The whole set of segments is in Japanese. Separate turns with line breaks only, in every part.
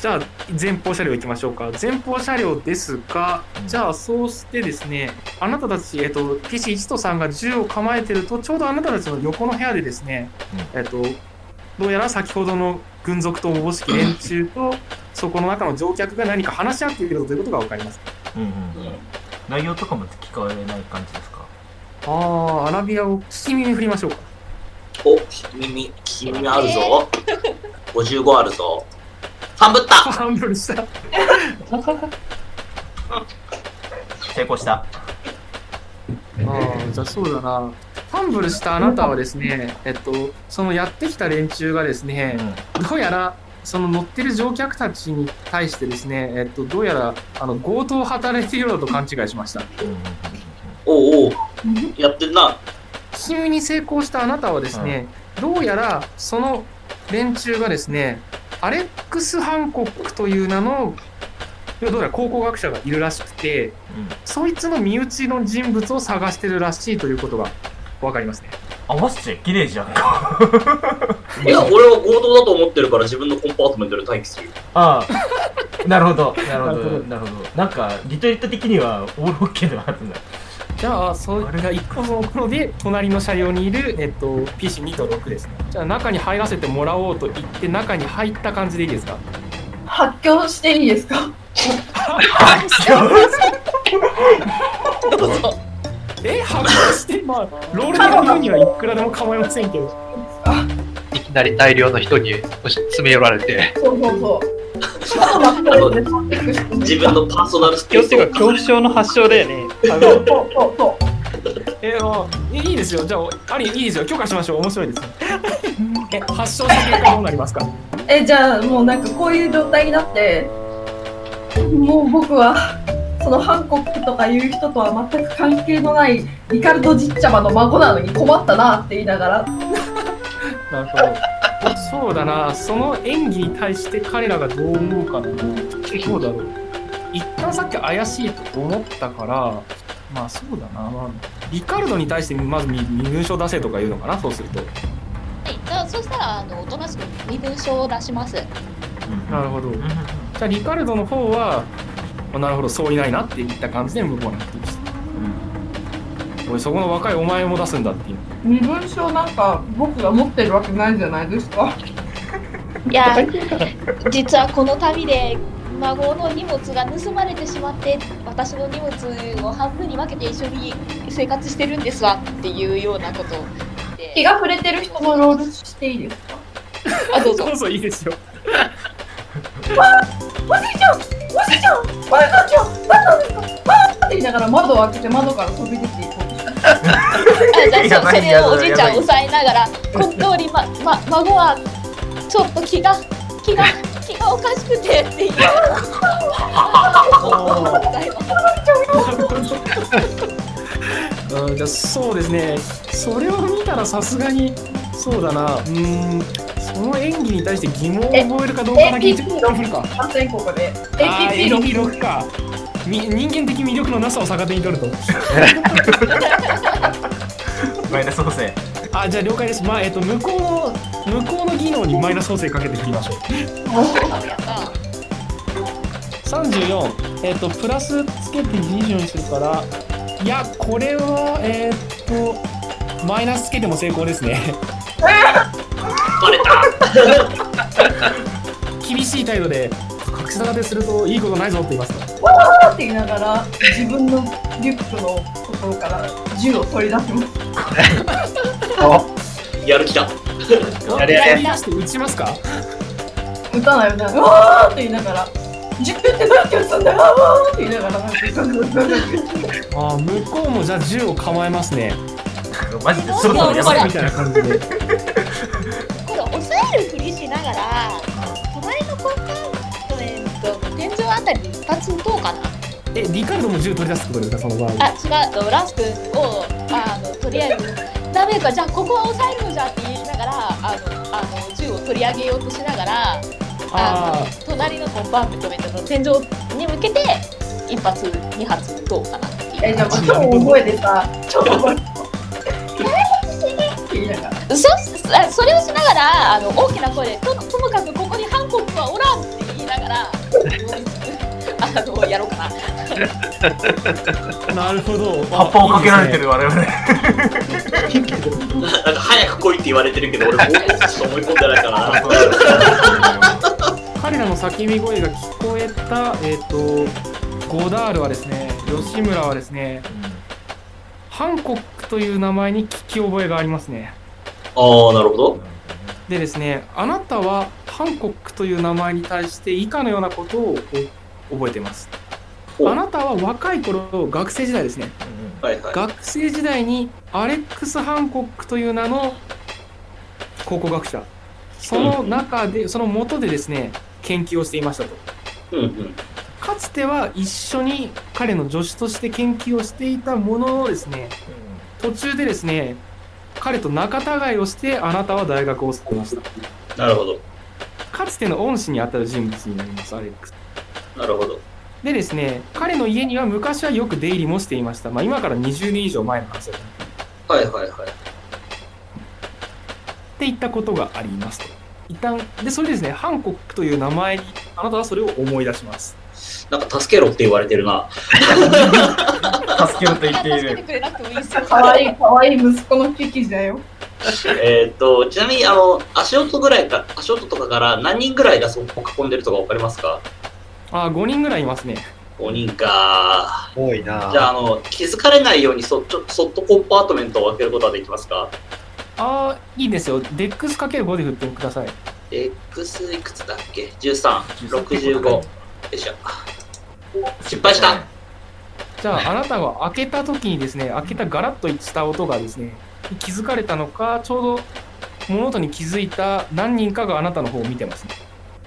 じゃあ前方車両行きましょうか前方車両ですがじゃあそうしてですねあなたたち、えっと、岸1と3が銃を構えてるとちょうどあなたたちの横の部屋でですね、えっと、どうやら先ほどの軍属とおぼしき連中とそこの中の乗客が何か話し合っているということが分かります
うんうんうん内容とかも聞かれない感じですか
ああアラビアを聞き耳に振りましょうか
お、耳、聞き耳あるぞ。55あるぞ。半ぶった
半分した
成功した
ああ、じゃあそうだな。ファンブルしたあなたはですね、えっと、そのやってきた連中がです
うん
ね、どうやら、その乗ってる乗客たちに対してですね、えっと、どうやら、あの、強盗を働いているようだと勘違いしました。
うんうんうん
おうおう、やってんな。
君に成功したあなたはですね、どうやら、その連中がですね、アレックス・ハンコックという名の、どうやら考古学者がいるらしくて、
うん
そいつの身内の人物を探してるらしいということが分かりますね。
あマジで綺麗じゃんか
いや、俺は強盗だと思ってるから自分のコンパートメントで待機する。
ああなるほどなるほ
なるほ
ど
ど
なるほどなんかリトリート的にはオールオッケーのはずだ
じゃあ、それが一個の頃で、隣の車両にいる、えっと、PC2 と6ですね。じゃあ、中に入らせてもらおうと言って、中に入った感じでいいですか
発狂していいですか
え、発表して、まあ、ロールで言うにはいくらでも構いませんけど。
いきなり大量の人に押し詰め寄られて、
そうそうそう。ちょっと待ってください
自分のパーソナルスペー
恐
ス
怖
を
恐怖症の発症だよね。
そうそうそうそ
えー、まあ、いいいいですよ。じゃあ、あり、いいですよ。許可しましょう。面白いですね。え、発症した結果どうなりますか
う。え、じゃあもうなんかこういう状態になって、もう僕は、そのハンコックとかいう人とは全く関係のないリカルドじっちゃまの孫なのに困ったなって言いながら、
なるほど。そうだな、その演技に対して彼らがどう思うかな。どうだろう。一旦さっき怪しいと思ったから、まあそうだな、まあ、リカルドに対してまず身身分証出せとか言うのかな、そうすると。
はい、じゃあそしたらあのおとなしく身分証を出します。
なるほど。じゃあリカルドの方は、まあなるほど、そういないなって言った感じで向こうになってきた。おい、そこの若いお前も出すんだっていう。
身分証なんか僕が持ってるわけないじゃないですか。
いや、実はこの旅で孫の荷物が盗まれてしまって、私の荷物を半分に分けて一緒に生活してるんですわっていうようなことを言って。
気が触れてる人のロールしていいですか
あどうぞ
そ。うそう、いいですよ。
おじいちゃんおじいちゃんおじいちゃん何なんですかあーって言いながら窓を開けて窓から飛び出ていこうとした
あじゃあ
やばい
そそれ
やば
を
い
おじいちゃん
やばい
を抑えながら、この通り、ま、ま、孫は、ちょっと気が、気が、気がおかしくてって言いながら。
うん、じゃあそうですねそれを見たらさすがにそうだなうーんその演技に対して疑問を覚えるかどうかだけ
え
一応見るか
あ全国で
あー
APP の
AP6 かみ人間的魅力のなさを逆手に取ると
マイナス補正
あじゃあ了解ですまあえっと向こうの向こうの技能にマイナス補正かけていきましょう
やった
34えっとプラスつけて24にするからいやこれはえっとマイナスつけても成功です ね
取れた
厳しい態度で隠し立てするといいことないぞって言いますか
パーって言いながら自分のリュックのところから銃を取り出します
やる気だ。
やれやれ
言い出して打ちますか
撃たないよねうわーって言いながら銃ってどうやって撃つんだようわーって言いながらなんかガンガンガンガン
あー向こうもじゃあ銃を構えますね
マジでそろそろやばい
みたいな感じで
これ抑えるふりしながら、隣のコンパートメントの天井あたりに一発撃とうかな。
えリカルドも銃取り出すってことですかその場合
あ、違う、ラス君を、あの、とりあえず、ダメか、じゃあここは抑えるのじゃって言いながら、あの、あの銃を取り上げようとしながら、
あ
あの隣のコンパートメントの天井に向けて一発二発どうかなっていう
えじゃあ超覚えてさ超覚えてって言いながら
そそれをしながらあの大きな声でとともかくここにハンコックはおらんって言い言いながら、あの、やろうかな。
なるほど。
葉っぱをかけられてる我々。
なんか早く来いって言われてるけど、俺、高校生と思い込んでないからな。
彼らの叫び声が聞こえた、えっとゴダールはですね吉村はですねハンコックという名前に聞き覚えがありますね
ああ、なるほど。
でですねあなたはハンコックという名前に対して以下のようなことをお覚えています
お
あなたは若い頃学生時代ですね
はいはい。
学生時代にアレックス・ハンコックという名の考古学者その中でその元でですね研究をしていましたと
うんうん。
かつては一緒に彼の助手として研究をしていたもののですね途中でですね彼と仲違いをしてあなたは大学を去りました
なるほど。
かつての恩師にあたる人物になりますアレックス
なるほど。
でですね彼の家には昔はよく出入りもしていましたまあ今から20年以上前の話だと
はいはいはい。
っていったことがありますと一旦でそれでですねハンコックという名前にあなたはそれを思い出します
なんか、助けろって言われてるな。
助けると言ってい
助けて
る。
くれなくてもいいですよ。
かわいいかわいい息子の記事だよ。
えーっと、ちなみに、あの、足音ぐらいか、足音とかから何人ぐらいがそこ囲んでるとかわかりますか
ああ5人ぐらいいますね
?5 人か。
多いな
じゃあ、あの、気づかれないようにそ、ちょそっとコンパートメントを分けることはできますか
ああいいですよデックス ×5 で振ってください
?X いくつだっけ ?13、65。よいしょ。失敗した。
じゃあ、あなたが開けた時にですね、開けたガラッとした音がですね、気づかれたのか、ちょうど物音に気づいた何人かがあなたの方を見てますね。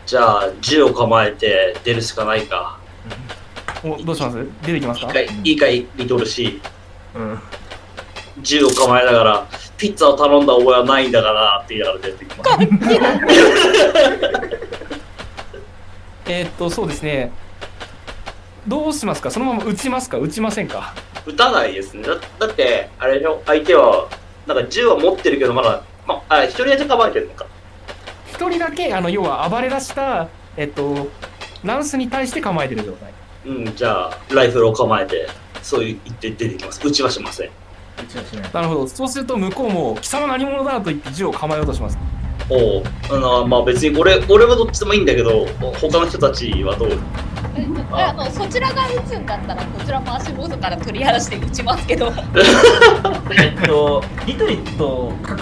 じゃあ、銃を構えて出るしかないか。
おどうします出てきます
一
か
回、一回リトルし、
うん。
銃を構えながら、ピッツァを頼んだ覚えはないんだからって言いながら出てきます。
えーっと、そうですね。どうしますかそのまま撃ちますか撃ちませんか
撃たないですね。だだって、あれでしょ、相手は、なんか銃は持ってるけど、まだ、まあ、あ一人だけ構えてるのか。
一人だけ、あの、要は暴れ出した、えっと、ランスに対して構えてる状態。
うん、じゃあ、ライフルを構えて、そう言って出てきます。撃ちはしません。
うちはしない。
なるほど。そうすると向こうも、貴様何者だと言って銃を構えようとします。
おうあのまあ別に俺俺はどっちでもいいんだけど他の人たちはどう
あの、そちらが打つんだったら、こちらも足元から取り離して打ちますけど。
えっと、リトリと隠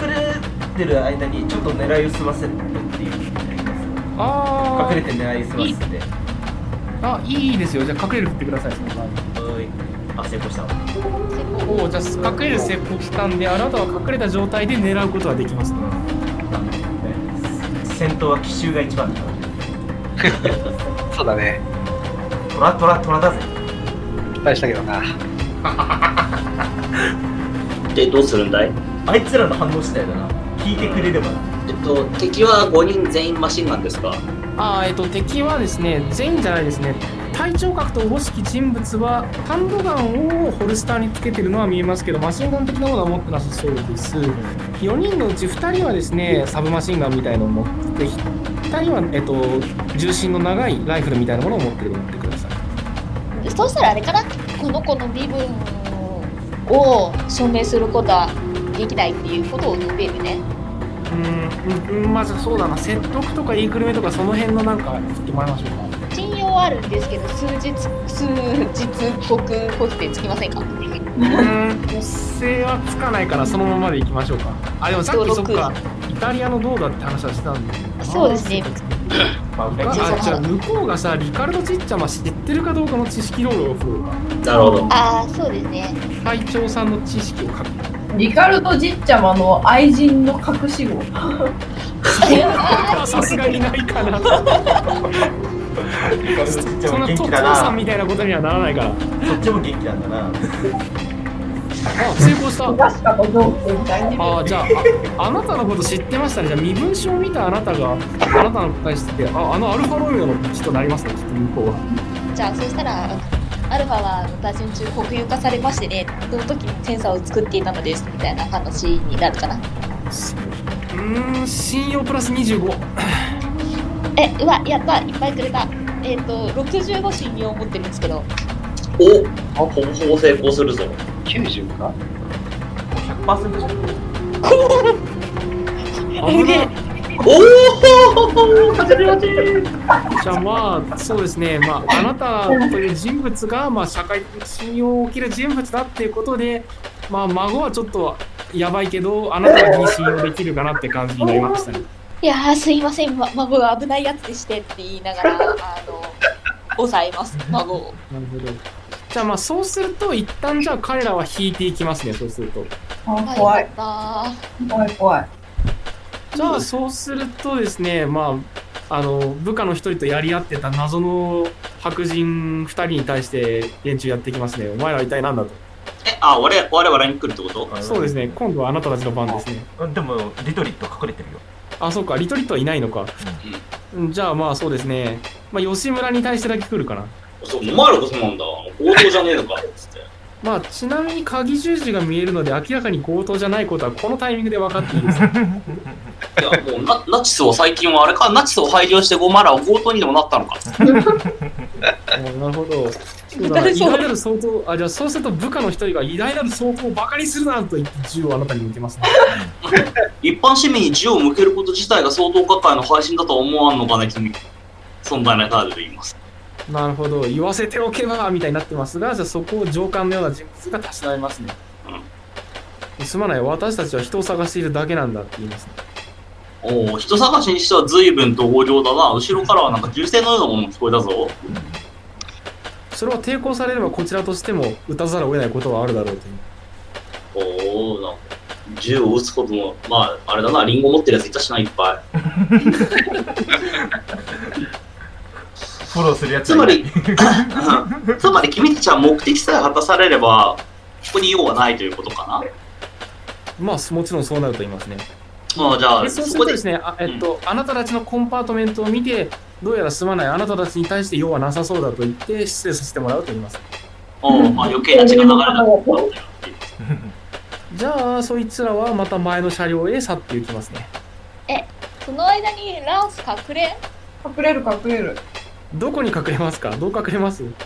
れてる間にちょっと狙いを済ませるっていう。
あ
隠れて狙いを済ませて。
あ、あ、いいですよ。じゃあ隠れる振ってください、その場合。
おい。あ、成功したわ。
おおじゃあ隠れる切腹したんであなたは隠れた状態で狙うことはできますね
戦闘は奇襲が一番だか
そうだね。
ら。トラトラトラだぜ。
期待したけどな。
でどうするんだい
あいつらの反応次第だな。聞いてくれれば。
えっと敵は5人全員マシンガンですか
あーえっと敵はですね全員じゃないですね隊長格とおぼしき人物はハンドガンをホルスターにつけてるのは見えますけどマシンガン的なものは持ってなさそうです4人のうち2人はですねサブマシンガンみたいのを持ってき2人は、えっと、重心の長いライフルみたいなものを持ってると思ってください
そうしたらあれかなこの子の身分を証明することはできないっていうことを言うべきね
うんうんまずそうだな説得とか言いくるめとかその辺のなんか振ってもらいましょうか
信用はあるんですけど数日数日国固定つきませんか
補正はつかないからそのままでいきましょうかあでもさっきそっかイタリアのどうだって話はしてたんで
そうですね
まあ、う
あ
ち
あじゃあ向こうがさリカルド・チッチャマ知ってるかどうかの知識ロールを振るうか
なるほど
ああそうですね
隊長さんの知識を書く
リカルド・ジッチャマの愛人の隠し子。
さすがにないかなそ
っち
ん
も
な特
元気
捜
だ
さん
な。
みたいなことにはならないから
そっちも元気なんだな。
あ成功した
確かのジョークみたいな。
あーじゃあああなたのこと知ってましたねじゃあ身分証を見たあなたがあなたに対してああのアルファロメオの人になりますねきっと向こうは
じゃあそうしたらアルファは打順中国有化されましてねその時にセンサーを作っていたのですみたいな話になるかな
うーん信用プラス25
えうわやったいっぱいくれたえっ、と65信用を持ってるんですけど
おほぼほぼ成功するぞ。
90か
100%じゃん
危ない
おお始めまし
じゃあまあそうですね、まあ、あなたという人物が、まあ、社会的信用を受ける人物だっていうことで、まあ、孫はちょっとやばいけどあなたに信用できるかなって感じになりましたね。
いやーすいません、ま、孫が危ないやつでしてって言いなが らあの抑えます孫を
なるほどじゃあまあそうすると一旦じゃあ彼らは引いていきますねそうすると。
あ怖い、
あ
怖い、怖い。
じゃあそうするとですね、まあ、あの部下の一人とやり合ってた謎の白人二人に対して連中やってきますねお前らは一体何だと
え、あ、俺、我々に来るってこと
そうですね今度はあなたたちの番ですね
うんでもリトリット隠れてるよ
あそうかリトリットはいないのか、うんじゃあまあそうですね、まあ、吉村に対してだけ来るかな
そう、お前らこそなんだ。強盗じゃねえ のか。つって。
まあちなみに鍵十字が見えるので明らかに強盗じゃないことはこのタイミングで分かってい る
いや、もうナ、ナチスを最近はあれか、ナチスを廃業して、お前らは強盗にでもなったのか。
なるほどそうだな偉大なる相当あじゃあそうすると部下の一人が偉大なる相当をバカにするなと言って銃をあなたに向け ますね
一般市民に銃を向けること自体が相当各界の配信だとは思わんのかね、君。存在なカードで言います。
なるほど言わせておけばみたいになってますがじゃあそこを上官のような人物がたしなえますね、すまない私たちは人を探しているだけなんだって言いますね
おお、人探しにしては随分と横領だな。後ろからはなんか銃声のようなものも聞こえたぞ。
それを抵抗されればこちらとしても打たざるを得ないことはあるだろうという
おお、なんか、銃を撃つことも、まあ、あれだな、リンゴ持ってるやついたしな、いっぱ い。
フォローするやつ
つまり、つまり君たちは目的さえ果たされれば、ここに用はないということかな。
まあもちろんそうなると言いますね
まあ、じゃ
で
あ、
そうす
そ
る
ことで
で、すねあ、えっとあなたたちのコンパートメントを見てどうやらすまないあなたたちに対して用はなさそうだと言って失礼させてもらうと言います
おうまあ、余計な血が流れなかったんだよっていう
じゃあそいつらはまた前の車両へ去っていきますね
ーその間にラオス隠れ
隠れる、隠れる。
どこに隠れますかどう隠れます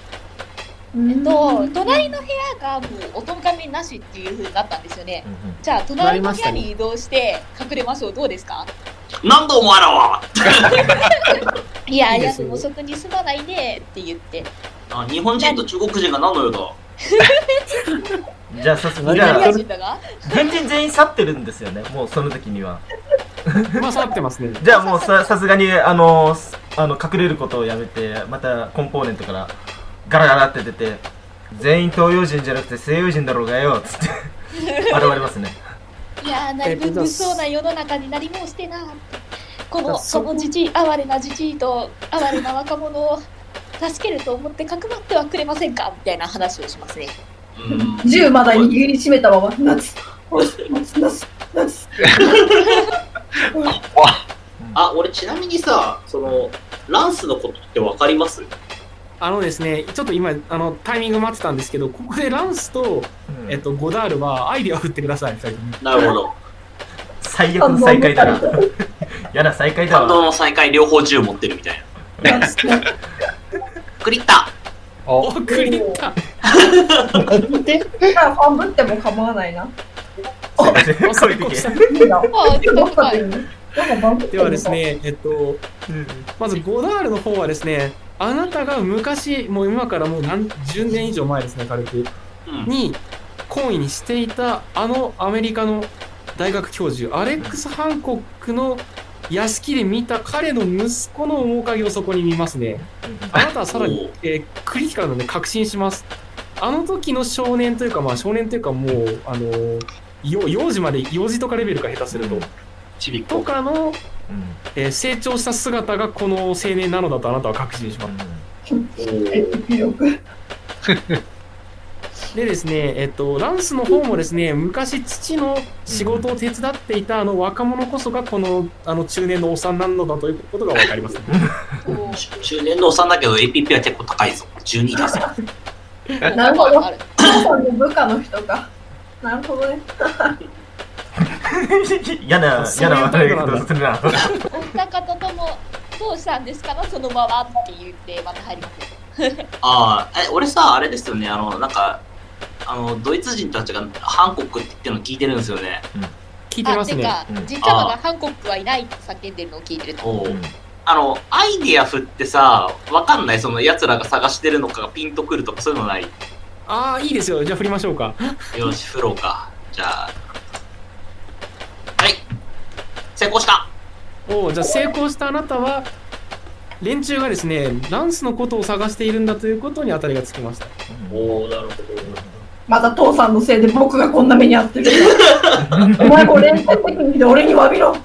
えっ
と隣の部屋がもうおとがめなしっていう風になったんですよねじゃあ隣の部屋に移動して隠れましょうどうですか
なんだお前らはい
や
い
い
いで
や
すよ
でもそこに住まないねって言って
あ日本人と中国人が何の用だ
じゃあ早速じ
イタ
ゃ
リア
あ
人だが
軍人全員去ってるんですよねもうその時には
まあ去ってますね
じゃあもうささすがにあのすあの隠れることをやめてまたコンポーネントからガラガラって出て全員東洋人じゃなくて西洋人だろうがよっつって 現れますね
いやー
え
内
っと
分
じゃあ
物騒な世の中になりもうしてなこ
じゃあ
の
そ
こ
こ
のじじい哀れなじじいと哀れな若者を助けると思ってかくまってはくれませんかみたいな話をしますね
うん
銃まだ握りしめたまま、ナチス、ナチス、ナチス、ナチス。
あ俺ちなみにさそのランスのことって分かります
あのですねちょっと今あのタイミング待ってたんですけどここでランスと、
うん
えっと、ゴダールはアイディアを振ってください二人とも
なるほど
最悪の再会だな やだ再会だ
感動
わ
の再会両方銃持ってるみたいな
ナチス、ナチス。
クリッタ
おクリッタ
だからファンブっても構わな いな。
すいませ
あ
ん声でけえ
いいな。
ああちょっと
どっか
深
でい
い
いのなんかファンブって
で
も
はです。ね、えっと、まずゴダールの方はですね、あなたが昔、もう今からもう何十年以上前ですね、軽く、
ー、うん、
に、懇意にしていた、あのアメリカの大学教授、アレックス・ハンコックの屋敷で見た彼の息子の面影をそこに見ますね。あなたはさらに、えークリティカルなので確信します。あの時の少年というか、まあ少年というかもう、あのーよ幼児まで、幼児とかレベルか下手すると。
ちびっ
と
こ
かの
うん
えー成長した姿がこの青年なのだとあなたは確信しま
魅力。
す。でですね、えっと、ランスの方もですね、昔父の仕事を手伝っていたあの若者こそがこのあの中年のおっさんなのだということがわかります、ね。
こう
中年のおっさんだけど APP は結構高いぞ12だぞ
なるほど
ある
父さんの部下の人か。なるほどね。
うん嫌な
そう
嫌
いう
な話題
態度なんだ
をするな
お二方ともどうしたんですかなそのままって言ってまた入りますよ
ああ、え、俺さ、あれですよね、あの、なんか、あの、ドイツ人たちがハンコックって言ってるの聞いてるんですよね。
聞いてますね。
あて
う
か
ん
じっちゃまがハンコックはいないって叫んでるのを聞いてると
おう
うん
あの、アイディア振ってさ、わかんない、その奴らが探してるのかがピンとくるとかそういうのない。
ああ、いいですよ。じゃあ振りましょうか。
よ し、振ろうか。じゃあ。はい。成功した
おお、じゃあ成功したあなたは、連中がですね、ランスのことを探しているんだということに当たりがつきました。
おおなるほど。
また父さんのせいで僕がこんな目に 遭ってる。お前これ連帯責任で俺に詫びろ。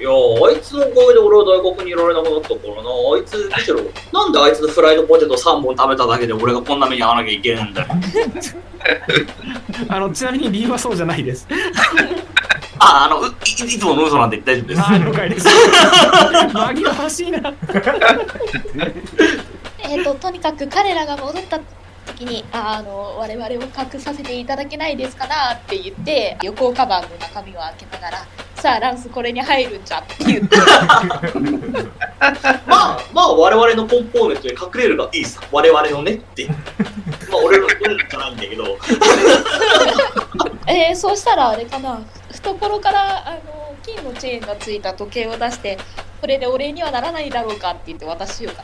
いやーあいつのおかげで俺は大学にいられなくなったからなあいつむ しろなんであいつのフライドポテト3本食べただけで俺がこんな目に遭わなきゃいけないんだよ
あの、ちなみに理由はそうじゃないです。
ああのういいつもの嘘なんで大 丈夫です
ああ、了解です。 紛らわしいな。
えっととにかく彼らが戻った時にああの我々を隠させていただけないですかなって言って旅行カバンの中身を開けながらさあランスこれに入るんじゃって言って
まあまあ我々のコンポーネントに隠れるがいいさ我々のねってまあ俺の俺らじゃないんだけど
えー、そうしたらあれかな懐からあの金のチェーンがついた時計を出してこれでお礼にはならないだろうかって言って渡しようか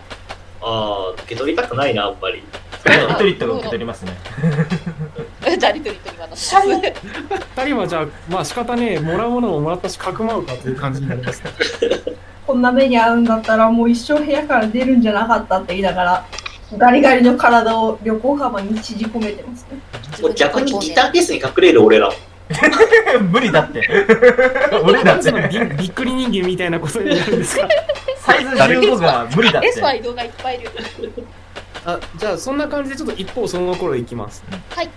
ああ受け取りたくないなあんまり
リトリットが受け取りますね。
な じゃあリトリトに渡します
二人はじゃあ、まあ仕方ねえ、もらうものももらったし、かくまうかという感じになります。
こんな目に遭うんだったらもう一生部屋から出るんじゃなかったって言いながら、ガリガリの体を旅行カバンに縮こめてますね。
もう逆にギターケースに隠れる俺らも
無理だって。俺だって。
びびっくり人間みたいなことになるんですか。
サイズ15が無理だっ
エスは
て。
移動がいっぱいいる
あじゃあそんな感じでちょっと一方その頃行きます
はい